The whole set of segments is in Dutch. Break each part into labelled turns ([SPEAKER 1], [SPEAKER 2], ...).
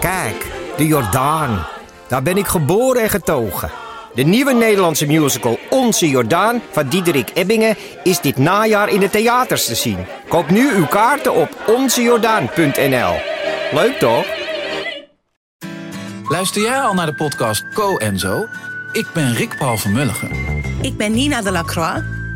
[SPEAKER 1] Kijk, de Jordaan. Daar ben ik geboren en getogen. De nieuwe Nederlandse musical Onze Jordaan van Diederik Ebbingen is dit najaar in de theaters te zien. Koop nu uw kaarten op onzejordaan.nl. Leuk toch?
[SPEAKER 2] Luister jij al naar de podcast Co en Zo? Ik ben Rick Paul van Mulligen.
[SPEAKER 3] Ik ben Nina Delacroix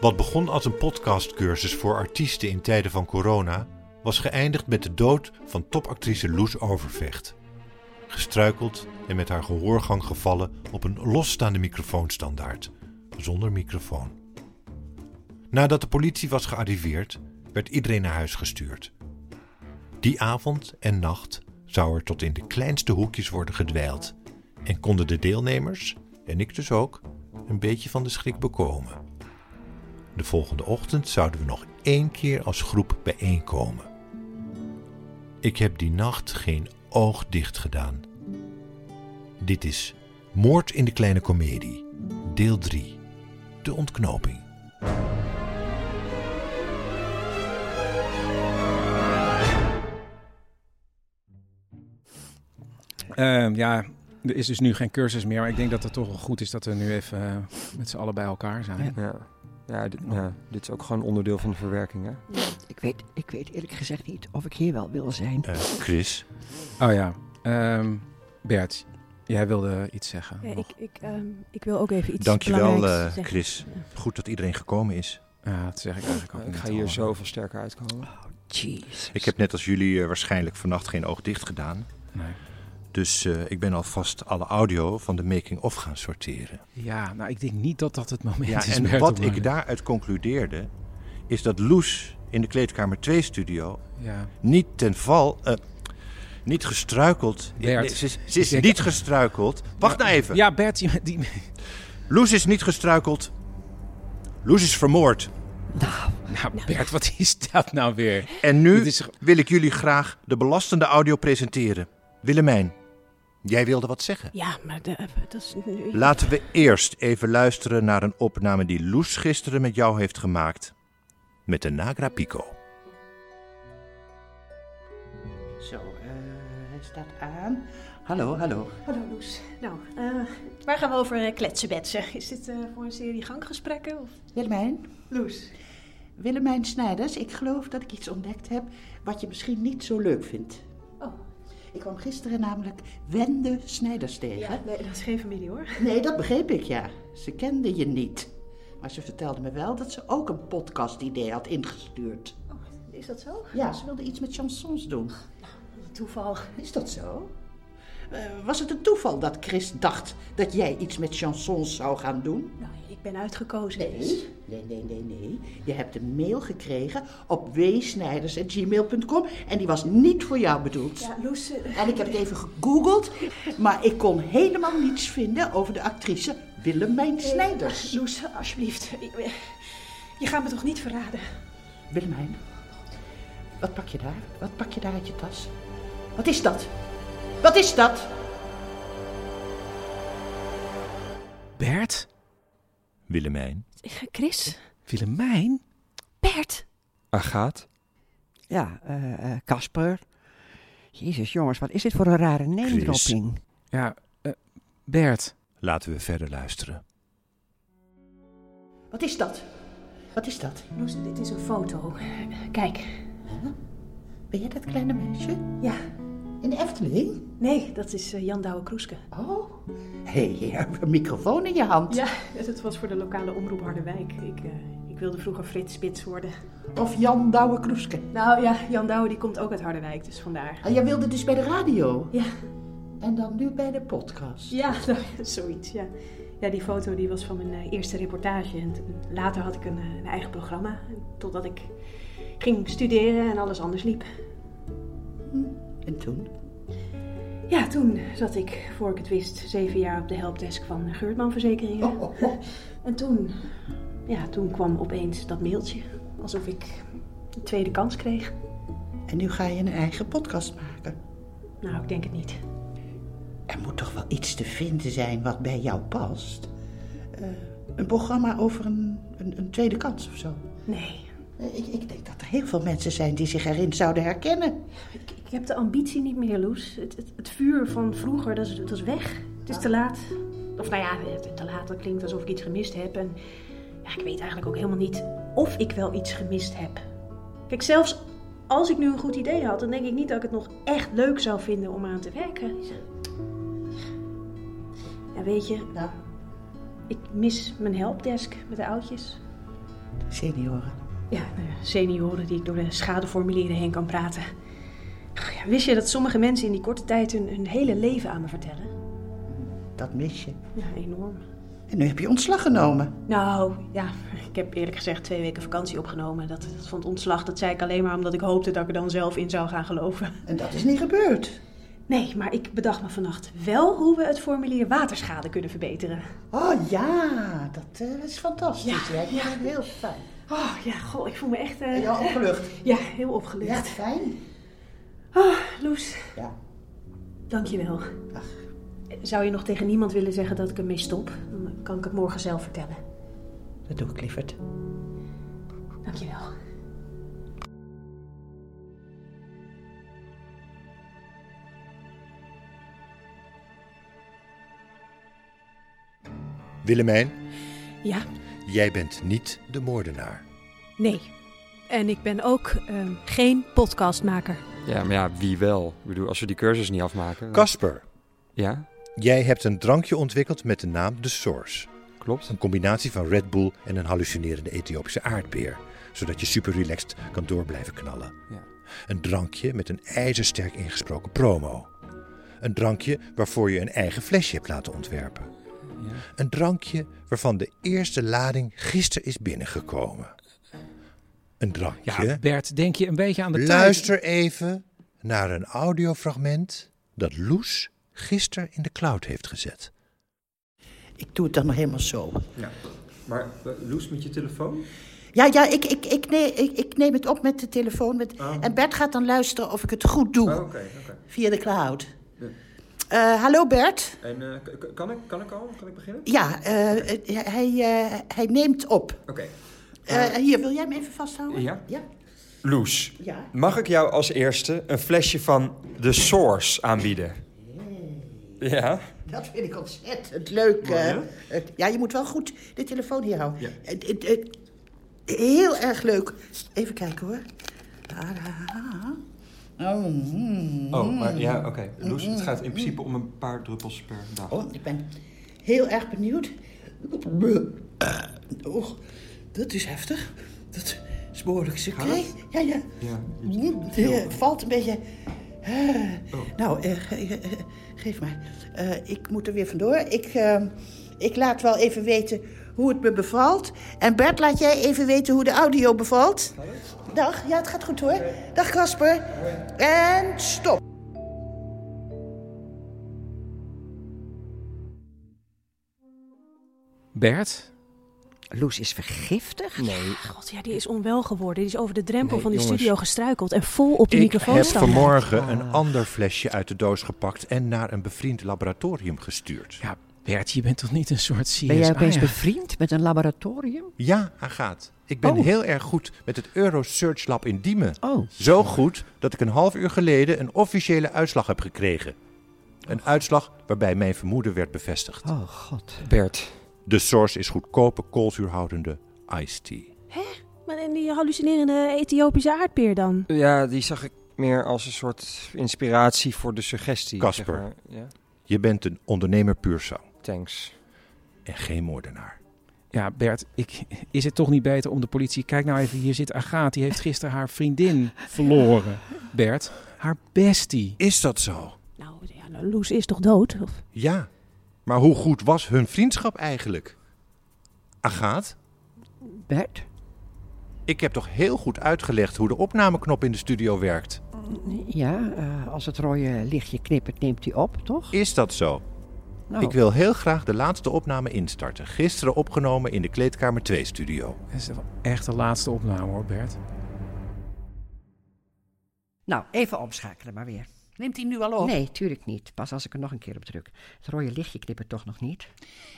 [SPEAKER 4] Wat begon als een podcastcursus voor artiesten in tijden van corona, was geëindigd met de dood van topactrice Loes Overvecht. Gestruikeld en met haar gehoorgang gevallen op een losstaande microfoonstandaard, zonder microfoon. Nadat de politie was gearriveerd, werd iedereen naar huis gestuurd. Die avond en nacht zou er tot in de kleinste hoekjes worden gedweild en konden de deelnemers, en ik dus ook, een beetje van de schrik bekomen. De volgende ochtend zouden we nog één keer als groep bijeenkomen. Ik heb die nacht geen oog dicht gedaan. Dit is Moord in de Kleine Comedie, deel 3, de ontknoping.
[SPEAKER 5] Ehm, ja, er is dus nu geen cursus meer. Maar ik denk dat het toch wel goed is dat we nu even eh, met z'n allen bij elkaar zijn. Oh.
[SPEAKER 6] Ja. Ja, dit, ja, dit is ook gewoon onderdeel van de verwerking, hè?
[SPEAKER 7] Ik weet, ik weet eerlijk gezegd niet of ik hier wel wil zijn.
[SPEAKER 4] Eh, Chris,
[SPEAKER 5] Oh ja. Ehm, Bert, jij wilde iets zeggen.
[SPEAKER 8] Ja,
[SPEAKER 5] nog.
[SPEAKER 8] ik, ik, ehm, ik wil ook even iets
[SPEAKER 4] dankjewel
[SPEAKER 8] belangrijks
[SPEAKER 4] eh,
[SPEAKER 8] zeggen.
[SPEAKER 4] Chris. Goed dat iedereen gekomen is.
[SPEAKER 5] Ja, dat zeg ik eigenlijk ook
[SPEAKER 6] ik
[SPEAKER 5] net
[SPEAKER 6] ga
[SPEAKER 5] al.
[SPEAKER 6] hier zoveel sterker uitkomen.
[SPEAKER 7] Jeez.
[SPEAKER 4] Ik heb net als jullie eh, waarschijnlijk vannacht geen oog dicht gedaan.
[SPEAKER 5] Nee.
[SPEAKER 4] Dus eh, ik ben alvast alle audio van de making-of gaan sorteren.
[SPEAKER 5] Ja, nou ik denk niet dat dat het moment
[SPEAKER 4] Ja,
[SPEAKER 5] is.
[SPEAKER 4] en
[SPEAKER 5] Bert,
[SPEAKER 4] wat
[SPEAKER 5] om, eh,
[SPEAKER 4] ik daaruit concludeerde, is dat Loes in de Kleedkamer 2-studio
[SPEAKER 5] Ja.
[SPEAKER 4] niet ten val... eh, niet gestruikeld.
[SPEAKER 5] Bert,
[SPEAKER 4] Nee, ze, is- ze is
[SPEAKER 5] ik-
[SPEAKER 4] niet gestruikeld. Wacht nou even.
[SPEAKER 5] ja, Bert, die, nou, die-
[SPEAKER 4] Loes is niet gestruikeld. Loes is vermoord.
[SPEAKER 5] nou, Bert, wat is dat nou weer?
[SPEAKER 4] En nu
[SPEAKER 5] Dit is-
[SPEAKER 4] wil ik jullie graag de belastende audio presenteren. Willemijn, jij wilde wat zeggen.
[SPEAKER 8] Ja, maar de, eh, dat is nu...
[SPEAKER 4] Laten we eerst even luisteren naar een opname die Loes gisteren met jou heeft gemaakt. Met de Nagra Pico.
[SPEAKER 7] Zo, eh, hij staat aan. Hallo, hallo.
[SPEAKER 9] Hallo Loes. Nou, eh, waar gaan we over eh, kletsen, betsen? Is dit eh, voor een serie ganggesprekken? Of...
[SPEAKER 7] Willemijn?
[SPEAKER 9] Loes.
[SPEAKER 7] Willemijn Snijders, ik geloof dat ik iets ontdekt heb wat je misschien niet zo leuk vindt.
[SPEAKER 9] Oh,
[SPEAKER 7] Ik kwam gisteren namelijk Wende Snijders
[SPEAKER 9] ja,
[SPEAKER 7] tegen.
[SPEAKER 9] nee, dat is geen familie hoor.
[SPEAKER 7] Nee, dat begreep ik, ja. Ze kende je niet. Maar ze vertelde me wel dat ze ook een podcast-idee had ingestuurd.
[SPEAKER 9] Oh, is dat zo?
[SPEAKER 7] Ja, ze wilde iets met chansons doen.
[SPEAKER 9] Toeval.
[SPEAKER 7] Is dat zo? Eh, was het een toeval dat Chris dacht dat jij iets met chansons zou gaan doen?
[SPEAKER 9] Nou, ik ben uitgekozen. dus.
[SPEAKER 7] Nee, nee, nee, nee, nee. Je hebt een mail gekregen op wsnijders.gmail.com en die was niet voor jou bedoeld.
[SPEAKER 9] Ja, Loes. eh,
[SPEAKER 7] En ik heb het even gegoogeld, maar ik kon helemaal niets vinden over de actrice Willemijn Snijders.
[SPEAKER 9] Ah, Loes, alsjeblieft. Ik- eh, Je gaat me toch niet verraden?
[SPEAKER 7] Willemijn, wat pak je daar? Wat pak je daar uit je tas? Wat is dat? Wat is dat?
[SPEAKER 5] Bert?
[SPEAKER 4] Willemijn.
[SPEAKER 8] Chris?
[SPEAKER 5] Willemijn?
[SPEAKER 8] Bert?
[SPEAKER 6] Agaat?
[SPEAKER 10] Ja, eh, eh, Casper. Jezus, jongens, wat is dit voor een rare neemdropping?
[SPEAKER 5] Ja, eh, Bert.
[SPEAKER 4] Laten we verder luisteren.
[SPEAKER 7] Wat is dat? Wat is dat?
[SPEAKER 9] Loes, dit is een foto. Kijk.
[SPEAKER 7] Ben jij dat kleine meisje?
[SPEAKER 9] Ja.
[SPEAKER 7] In de Efteling?
[SPEAKER 9] Nee, dat is eh, Jan Douwe Kroeske.
[SPEAKER 7] Oh, hé, je hebt een microfoon in je hand.
[SPEAKER 9] Ja, dat was voor de lokale omroep Harderwijk. Ik, eh, ik wilde vroeger Frits Spits worden.
[SPEAKER 7] Of Jan Douwe Kroeske.
[SPEAKER 9] Nou ja, Jan Douwe die komt ook uit Harderwijk, dus vandaar.
[SPEAKER 7] Ah, jij wilde dus bij de radio.
[SPEAKER 9] Ja,
[SPEAKER 7] En dan nu bij de podcast.
[SPEAKER 9] ja, zoiets, ja. Ja, die foto die was van mijn eh, eerste reportage. En toen- later had ik een, eh, een eigen programma. Totdat ik ging studeren en alles anders liep.
[SPEAKER 7] En toen?
[SPEAKER 9] Ja, toen zat ik, voor ik het wist, zeven jaar op de helpdesk van Geurtman Verzekeringen. En toen, ja, toen kwam opeens dat mailtje. Alsof ik een tweede kans kreeg.
[SPEAKER 7] En nu ga je een eigen podcast maken.
[SPEAKER 9] Nou, ik denk het niet.
[SPEAKER 7] Er moet toch wel iets te vinden zijn wat bij jou past? Eh, een programma over een, een, een tweede kans of zo?
[SPEAKER 9] Nee.
[SPEAKER 7] Eh, Ik, ik denk dat er heel veel mensen zijn die zich erin zouden herkennen.
[SPEAKER 9] Ik, ik heb de ambitie niet meer, Loes. Het, het, het vuur van vroeger, dat is, dat is weg. Het is te laat. Of nou ja, het- te laat, dat klinkt alsof ik iets gemist heb. En ja, ik weet eigenlijk ook helemaal niet of ik wel iets gemist heb. Kijk, zelfs als ik nu een goed idee had, dan denk ik niet dat ik het nog echt leuk zou vinden om aan te werken. Ja, weet je,
[SPEAKER 7] Nou,
[SPEAKER 9] ik mis mijn helpdesk met de oudjes.
[SPEAKER 7] senioren.
[SPEAKER 9] Ja, nou ja, senioren die ik door de schadeformulieren heen kan praten. Ach ja, wist je dat sommige mensen in die korte tijd hun, hun hele leven aan me vertellen?
[SPEAKER 7] Dat mis je.
[SPEAKER 9] Ja, enorm.
[SPEAKER 7] En nu heb je ontslag genomen.
[SPEAKER 9] Nou, ja, ik heb eerlijk gezegd twee weken vakantie opgenomen. Dat, dat van het ontslag, dat zei ik alleen maar omdat ik hoopte dat ik er dan zelf in zou gaan geloven.
[SPEAKER 7] En dat is niet gebeurd.
[SPEAKER 9] Nee, maar ik bedacht me vannacht wel hoe we het formulier waterschade kunnen verbeteren.
[SPEAKER 7] Oh ja, dat eh, is fantastisch.
[SPEAKER 9] Ja,
[SPEAKER 7] Ja, ja. Heel fijn.
[SPEAKER 9] Oh ja, goh, ik voel me echt... eh,
[SPEAKER 7] Ja, opgelucht.
[SPEAKER 9] Ja, heel
[SPEAKER 7] Ja,
[SPEAKER 9] opgelucht.
[SPEAKER 7] fijn.
[SPEAKER 9] Ah, Loes,
[SPEAKER 7] Ja.
[SPEAKER 9] dankjewel.
[SPEAKER 7] Ach.
[SPEAKER 9] Zou je nog tegen niemand willen zeggen dat ik ermee stop? Dan kan ik het morgen zelf vertellen.
[SPEAKER 7] Dat doe ik, Clifford.
[SPEAKER 9] Dankjewel.
[SPEAKER 4] Willemijn,
[SPEAKER 8] Ja,
[SPEAKER 4] jij bent niet de moordenaar.
[SPEAKER 8] nee. En ik ben ook ehm, geen podcastmaker.
[SPEAKER 6] Ja, maar ja, wie wel? Ik bedoel, als we die cursus niet afmaken... dan-
[SPEAKER 4] Casper,
[SPEAKER 6] Ja,
[SPEAKER 4] jij hebt een drankje ontwikkeld met de naam The Source.
[SPEAKER 6] klopt.
[SPEAKER 4] Een combinatie van Red Bull en een hallucinerende Ethiopische aardbeer. Zodat je super relaxed kan door blijven knallen.
[SPEAKER 6] Ja.
[SPEAKER 4] Een drankje met een ijzersterk ingesproken promo. Een drankje waarvoor je een eigen flesje hebt laten ontwerpen.
[SPEAKER 6] Ja.
[SPEAKER 4] Een drankje waarvan de eerste lading gisteren is binnengekomen. Een
[SPEAKER 5] Ja,
[SPEAKER 4] drankje.
[SPEAKER 5] Bert, denk je een beetje aan de tijd?
[SPEAKER 4] Luister even naar een audiofragment dat Loes gisteren in de cloud heeft gezet.
[SPEAKER 7] Ik doe het dan maar helemaal zo.
[SPEAKER 6] ja. Maar eh, Loes met je telefoon?
[SPEAKER 7] Ja, ja, ik, ik, ik, nee, ik, ik neem het op met de telefoon. Met,
[SPEAKER 6] Ah.
[SPEAKER 7] En Bert gaat dan luisteren of ik het goed
[SPEAKER 6] Oh,
[SPEAKER 7] doe. Via de cloud. Eh, hallo Bert.
[SPEAKER 6] En kan, ik, kan ik al? Kan ik beginnen?
[SPEAKER 7] Ja, eh, eh, hij, eh, hij neemt op.
[SPEAKER 6] Oké.
[SPEAKER 7] Eh, hier, wil jij hem even vasthouden?
[SPEAKER 6] Ja.
[SPEAKER 7] Ja.
[SPEAKER 11] Loes,
[SPEAKER 7] ja.
[SPEAKER 6] Mag ik jou als eerste een flesje van The Source aanbieden? Ja?
[SPEAKER 7] Dat vind ik ontzettend leuk. eh. Eh, ja, je moet wel goed de telefoon hier houden.
[SPEAKER 6] Ja.
[SPEAKER 7] Eh, eh, eh, heel erg leuk. Even kijken hoor. Tadaa. Oh, mm.
[SPEAKER 6] Oh, maar ja, oké. Loes, het gaat in principe om een paar druppels per dag.
[SPEAKER 7] Oh, ik ben heel erg benieuwd. Oh, dat is heftig. Dat is behoorlijk succes. Ja, ja.
[SPEAKER 6] Ja,
[SPEAKER 7] Het eh, valt een beetje. Eh, Nou, eh, ge- ge- ge- geef maar. Eh, ik moet er weer vandoor. Ik, eh, ik laat wel even weten hoe het me bevalt. En Bert, laat jij even weten hoe de audio bevalt. Dag, ja, het gaat goed hoor. Dag Kasper. En stop.
[SPEAKER 5] Bert?
[SPEAKER 10] Loes is vergiftigd?
[SPEAKER 6] Nee,
[SPEAKER 8] God, ja, die is onwel geworden. Die is over de drempel
[SPEAKER 6] Nee,
[SPEAKER 8] van die
[SPEAKER 6] jongens.
[SPEAKER 8] studio gestruikeld en vol op de microfoon
[SPEAKER 4] heb
[SPEAKER 8] staan.
[SPEAKER 4] vanmorgen een ander flesje uit de doos gepakt en naar een bevriend laboratorium gestuurd.
[SPEAKER 5] Ja, Bert, je bent toch niet een soort CSI?
[SPEAKER 10] Ben jij opeens
[SPEAKER 5] ja.
[SPEAKER 10] bevriend met een laboratorium?
[SPEAKER 4] Ja, Agaat. Ik ben
[SPEAKER 10] Oh.
[SPEAKER 4] heel erg goed met het Eurosearch Lab in Diemen.
[SPEAKER 10] Oh.
[SPEAKER 4] Zo goed dat ik een half uur geleden een officiële uitslag heb gekregen. Een uitslag waarbij mijn vermoeden werd bevestigd.
[SPEAKER 10] Oh, god.
[SPEAKER 6] Bert.
[SPEAKER 4] De source is goedkope, koolzuurhoudende iced tea.
[SPEAKER 8] Maar en die hallucinerende Ethiopische aardbeer dan?
[SPEAKER 6] Ja, die zag ik meer als een soort inspiratie voor de suggestie.
[SPEAKER 4] Casper.
[SPEAKER 6] zeg maar. Ja,
[SPEAKER 4] Je bent een ondernemer puur zang
[SPEAKER 6] thanks.
[SPEAKER 4] en geen moordenaar.
[SPEAKER 5] Ja, Bert, ik, is het toch niet beter om de politie... Kijk nou even, hier zit Agathe, die heeft gisteren haar vriendin verloren. Bert, haar bestie.
[SPEAKER 4] Is dat zo?
[SPEAKER 8] Nou, ja, nou, Loes is toch dood? Of...
[SPEAKER 4] Ja. Maar hoe goed was hun vriendschap eigenlijk? Agaat,
[SPEAKER 10] Bert?
[SPEAKER 4] ik heb toch heel goed uitgelegd hoe de opnameknop in de studio werkt.
[SPEAKER 3] Ja, eh, als het rode lichtje knippert, neemt hij op, toch?
[SPEAKER 4] Is dat zo?
[SPEAKER 3] Nou.
[SPEAKER 4] Ik wil heel graag de laatste opname instarten. Gisteren opgenomen in de Kleedkamer 2-studio.
[SPEAKER 5] Dat is wel echt de laatste opname hoor, Bert.
[SPEAKER 3] Nou, even omschakelen maar weer.
[SPEAKER 7] Neemt hij nu al op?
[SPEAKER 3] Nee, tuurlijk niet. Pas als ik er nog een keer op druk. Het rode lichtje knippert toch nog niet.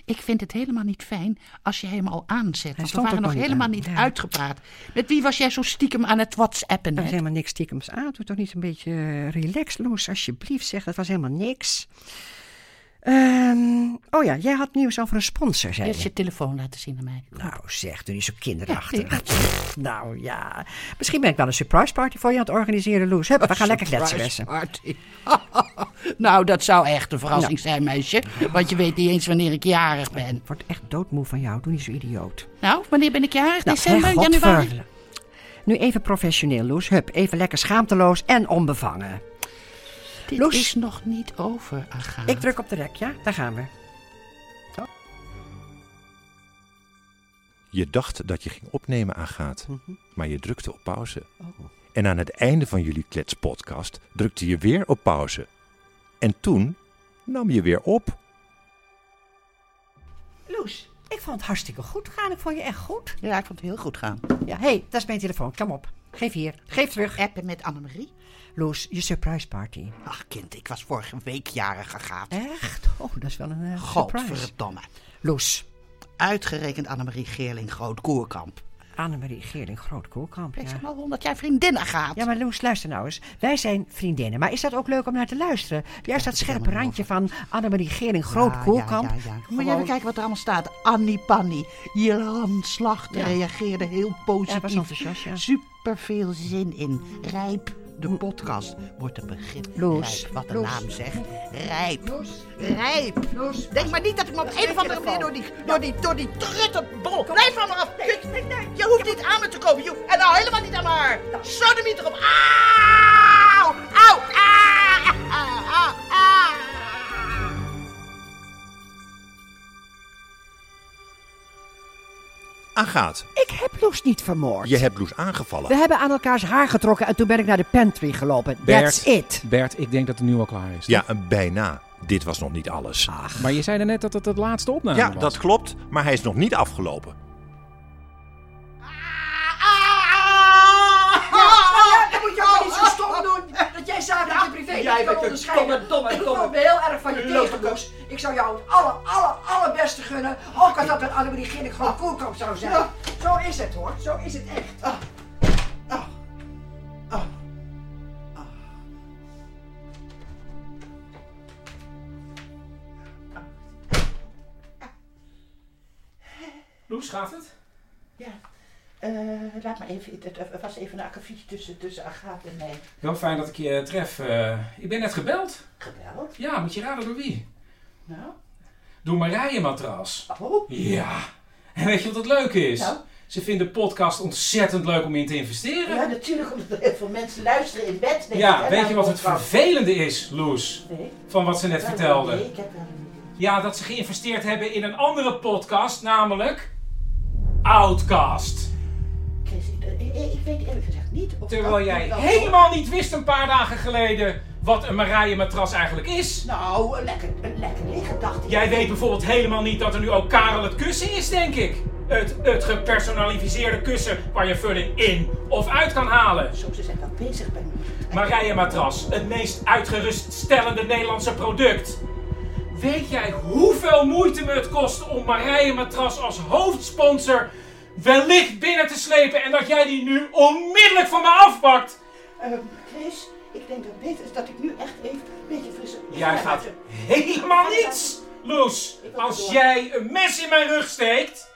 [SPEAKER 7] Ik vind het helemaal niet fijn als je hem al aanzet. Want we
[SPEAKER 3] stond
[SPEAKER 7] waren
[SPEAKER 3] ook
[SPEAKER 7] nog
[SPEAKER 3] al niet
[SPEAKER 7] helemaal
[SPEAKER 3] aan.
[SPEAKER 7] niet
[SPEAKER 3] Ja.
[SPEAKER 7] uitgepraat. Met wie was jij zo stiekem aan het whatsappen?
[SPEAKER 3] Dat is
[SPEAKER 7] net?
[SPEAKER 3] helemaal niks stiekems aan. Doe toch niet een beetje eh, relax, Loes, alsjeblieft. Zeg, dat was helemaal niks. Ehm, oh ja, jij had nieuws over een sponsor,
[SPEAKER 7] Je
[SPEAKER 3] zei
[SPEAKER 7] hebt je telefoon laten zien aan mij.
[SPEAKER 3] Nou zeg, doe niet zo kinderachtig. Pff, nou ja, misschien ben ik wel een surprise party voor je aan het organiseren, Loes. Hup, we gaan lekker kletsen.
[SPEAKER 7] Party. nou, dat zou echt een verrassing zijn, meisje. Want je weet niet eens wanneer ik jarig ben.
[SPEAKER 3] Wordt echt doodmoe van jou. Doe niet zo idioot.
[SPEAKER 7] Nou, wanneer ben ik jarig?
[SPEAKER 3] Nou,
[SPEAKER 7] December,
[SPEAKER 3] hè,
[SPEAKER 7] januari?
[SPEAKER 3] godver. Nu even professioneel, Loes. Hup, even lekker schaamteloos en onbevangen.
[SPEAKER 7] Dit
[SPEAKER 3] Loes.
[SPEAKER 7] is nog niet over, Agatha.
[SPEAKER 3] Ik druk op de rek, ja? Daar gaan we.
[SPEAKER 4] Je dacht dat je ging opnemen aan gaat,
[SPEAKER 3] Mhm.
[SPEAKER 4] maar je drukte op pauze.
[SPEAKER 3] Oh.
[SPEAKER 4] En aan het einde van jullie kletspodcast drukte je weer op pauze. En toen nam je weer op.
[SPEAKER 3] Loes, ik vond het hartstikke goed gaan. Ik vond je echt goed.
[SPEAKER 7] Ja, ik vond het heel goed gaan.
[SPEAKER 3] Ja, hé, hey, dat is mijn telefoon. Kom op. Geef hier. Geef terug.
[SPEAKER 7] Appen met Annemarie.
[SPEAKER 3] Loes, je surprise party.
[SPEAKER 7] Ach, kind, ik was vorige week jarig, Agatha.
[SPEAKER 3] Echt? Oh, dat is wel een eh, surprise.
[SPEAKER 7] Godverdomme.
[SPEAKER 3] Loes.
[SPEAKER 7] Uitgerekend Annemarie Geerling Groot-Koerkamp.
[SPEAKER 3] Annemarie Geerling Groot-Koolkamp,
[SPEAKER 7] Ik
[SPEAKER 3] ja.
[SPEAKER 7] zeg al 100 jaar vriendinnen gaat.
[SPEAKER 3] Ja, maar Loes, luister nou eens. Wij zijn vriendinnen, maar is dat ook leuk om naar te luisteren? Juist dat scherpe randje van Annemarie Geerling Groot-Koolkamp.
[SPEAKER 7] Ja, ja, ja. Moet je even kijken wat er allemaal staat. Annie Panny. Jelan Slachter
[SPEAKER 3] Ja.
[SPEAKER 7] reageerde heel
[SPEAKER 3] Ja, was
[SPEAKER 7] positief.
[SPEAKER 3] enthousiast, ja.
[SPEAKER 7] Super veel zin in. Rijp. De podcast wordt een begrip.
[SPEAKER 3] Loes,
[SPEAKER 7] Rijp, wat de
[SPEAKER 3] Loes.
[SPEAKER 7] naam zegt. Rijp. Rijp. Denk maar niet dat ik me op een of andere manier door die, door die, door die truttenbol... Blijf van me af, kut. Je hoeft niet aan me te komen. Je hoeft- En nou helemaal niet aan mijn haar. Sodemiet erop. Auw. Auw. Ah. Ah. Ah. Ah.
[SPEAKER 4] Aangaat,
[SPEAKER 3] Ik heb Loes niet vermoord.
[SPEAKER 4] je hebt Loes aangevallen.
[SPEAKER 3] We hebben aan elkaars haar getrokken en toen ben ik naar de pantry gelopen. That's it.
[SPEAKER 5] Bert, ik denk dat het nu al klaar is.
[SPEAKER 4] Ja, een bijna. Dit was nog niet alles.
[SPEAKER 3] Ah,
[SPEAKER 5] Maar je zei net dat het het laatste opname
[SPEAKER 4] ja,
[SPEAKER 5] was.
[SPEAKER 4] dat klopt, maar hij is nog niet afgelopen.
[SPEAKER 3] Ja, dat moet je ook niet zo stom doen. Dat jij zaken uit je privé
[SPEAKER 7] jij
[SPEAKER 3] niet kan
[SPEAKER 7] bent een
[SPEAKER 3] onderscheiden.
[SPEAKER 7] domme, domme,
[SPEAKER 3] Ik
[SPEAKER 7] domme
[SPEAKER 3] vond me heel erg van je tegen, Loes. Ik zou jou het alle, alle, allerbeste gunnen. Ook als dat een Annemarie Ginnik
[SPEAKER 7] Ah.
[SPEAKER 3] gewoon koelkamp zou zijn. Zo is het hoor, zo is het echt.
[SPEAKER 5] Loes, gaat het?
[SPEAKER 12] Eh, laat maar even, het- het was even een akkefietje tussen, tussen Agathe en mij.
[SPEAKER 5] Heel fijn dat ik je tref. eh, ik ben net gebeld.
[SPEAKER 12] Gebeld?
[SPEAKER 5] Ja, moet je raden door wie?
[SPEAKER 12] Nou?
[SPEAKER 5] Door Marije Matras.
[SPEAKER 12] Oh?
[SPEAKER 5] Ja. En weet je wat het leuke is?
[SPEAKER 12] Nou?
[SPEAKER 5] Ze vinden podcast ontzettend leuk om in te investeren.
[SPEAKER 12] Ja, natuurlijk, omdat er heel veel mensen luisteren in bed. denk ik,
[SPEAKER 5] Ja,
[SPEAKER 12] hè,
[SPEAKER 5] weet
[SPEAKER 12] naar
[SPEAKER 5] je
[SPEAKER 12] een
[SPEAKER 5] wat het
[SPEAKER 12] podcast.
[SPEAKER 5] vervelende is, Loes?
[SPEAKER 12] Nee.
[SPEAKER 5] Van wat ze net
[SPEAKER 12] Nou,
[SPEAKER 5] vertelde.
[SPEAKER 12] Nee, ik heb daar
[SPEAKER 5] Ja, dat ze geïnvesteerd hebben in een andere podcast, namelijk Outcast.
[SPEAKER 12] Chris, ik, ik- ik weet eerlijk gezegd niet of...
[SPEAKER 5] Terwijl
[SPEAKER 12] dat-
[SPEAKER 5] jij
[SPEAKER 12] Oh, dat-
[SPEAKER 5] helemaal niet wist een paar dagen geleden wat een Marije matras eigenlijk is.
[SPEAKER 12] Nou, een lekker, een lekker liggen dacht ik.
[SPEAKER 5] Jij weet bijvoorbeeld helemaal niet dat er nu ook Karel het kussen is, denk ik. Het, het gepersonaliseerde kussen waar je vulling in of uit kan halen.
[SPEAKER 12] Zo, ze zijn wel bezig bij me.
[SPEAKER 5] Marije Matras, het meest uitgeruststellende Nederlandse product. Weet jij hoeveel moeite me het kost om Marije Matras als hoofdsponsor wellicht binnen te slepen en dat jij die nu onmiddellijk van me afpakt?
[SPEAKER 12] Ehm, Chris, ik denk dat het beter is dat ik nu echt even een beetje frisse...
[SPEAKER 5] Jij gaat helemaal niets, Loes, als jij een mes in mijn rug steekt.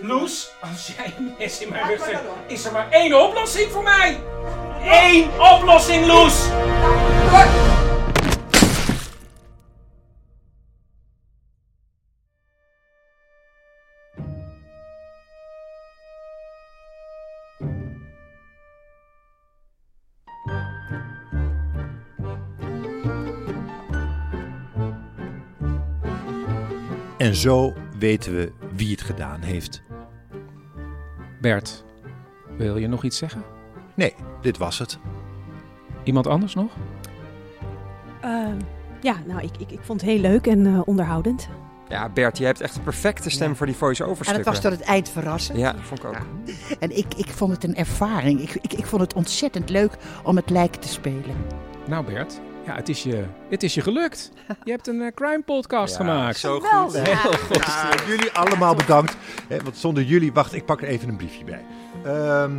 [SPEAKER 5] Loes, als jij een mes in mijn rug steekt, is er maar één oplossing voor mij. Eén oplossing, Loes!
[SPEAKER 4] En zo weten we wie het gedaan heeft.
[SPEAKER 5] Bert, wil je nog iets zeggen?
[SPEAKER 4] Nee, dit was het.
[SPEAKER 5] Iemand anders nog?
[SPEAKER 9] Ehm, ja, nou, ik, ik, ik vond het heel leuk en eh, onderhoudend.
[SPEAKER 1] Ja, Bert, je hebt echt de perfecte stem voor die voice-over
[SPEAKER 9] En het was
[SPEAKER 1] stukken.
[SPEAKER 9] tot het eind verrassend.
[SPEAKER 1] Ja, vond ik ook.
[SPEAKER 7] En ik, ik vond het een ervaring. Ik, ik, ik vond het ontzettend leuk om het lijk te spelen.
[SPEAKER 5] Nou Bert, ja, het, is je, het is je gelukt. Je hebt een eh, crime podcast gemaakt.
[SPEAKER 4] Zo goed.
[SPEAKER 5] Geweldig.
[SPEAKER 4] Heel goed. Ja, eh, jullie allemaal bedankt. Hè, want zonder jullie, wacht, ik pak er even een briefje bij. Ehm,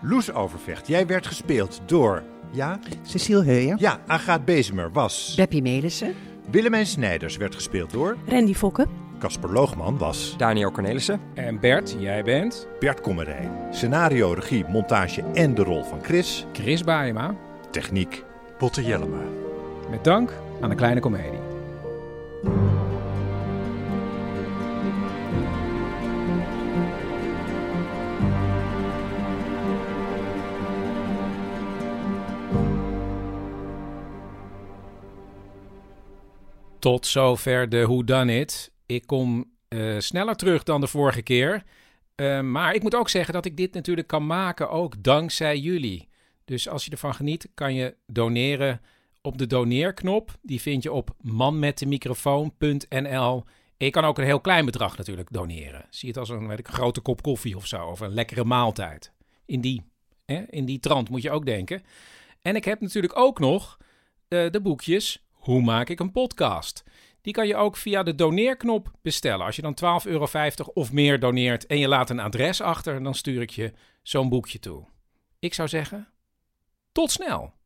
[SPEAKER 4] Loes Overvecht, jij werd gespeeld door. Ja?
[SPEAKER 7] Cecile Heuijer.
[SPEAKER 4] Ja, Agaat Bezemer was.
[SPEAKER 13] Beppie Melissen.
[SPEAKER 4] Willemijn Snijders werd gespeeld door.
[SPEAKER 9] Randy Fokke.
[SPEAKER 4] Casper Loogman was.
[SPEAKER 1] Daniel Cornelissen.
[SPEAKER 5] En Bert, jij bent.
[SPEAKER 4] Bert Kommerij. Scenario, regie, montage en de rol van Chris.
[SPEAKER 5] Chris Baema.
[SPEAKER 4] Techniek, Botte Jellema.
[SPEAKER 5] Met dank aan de kleine komedie. Tot zover de Hoe Dan It. Ik kom eh, sneller terug dan de vorige keer. Eh, maar ik moet ook zeggen dat ik dit natuurlijk kan maken ook dankzij jullie. Dus als je ervan geniet, kan je doneren op de doneerknop. Die vind je op manmetdemicrofoon.nl. En je kan ook een heel klein bedrag natuurlijk doneren. Zie het als een, weet ik, een grote kop koffie of zo. Of een lekkere maaltijd. In die, hè, in die trant moet je ook denken. En ik heb natuurlijk ook nog eh, de boekjes Hoe maak ik een podcast? Die kan je ook via de doneerknop bestellen. Als je dan 12,50 euro of meer doneert en je laat een adres achter, dan stuur ik je zo'n boekje toe. Ik zou zeggen, tot snel!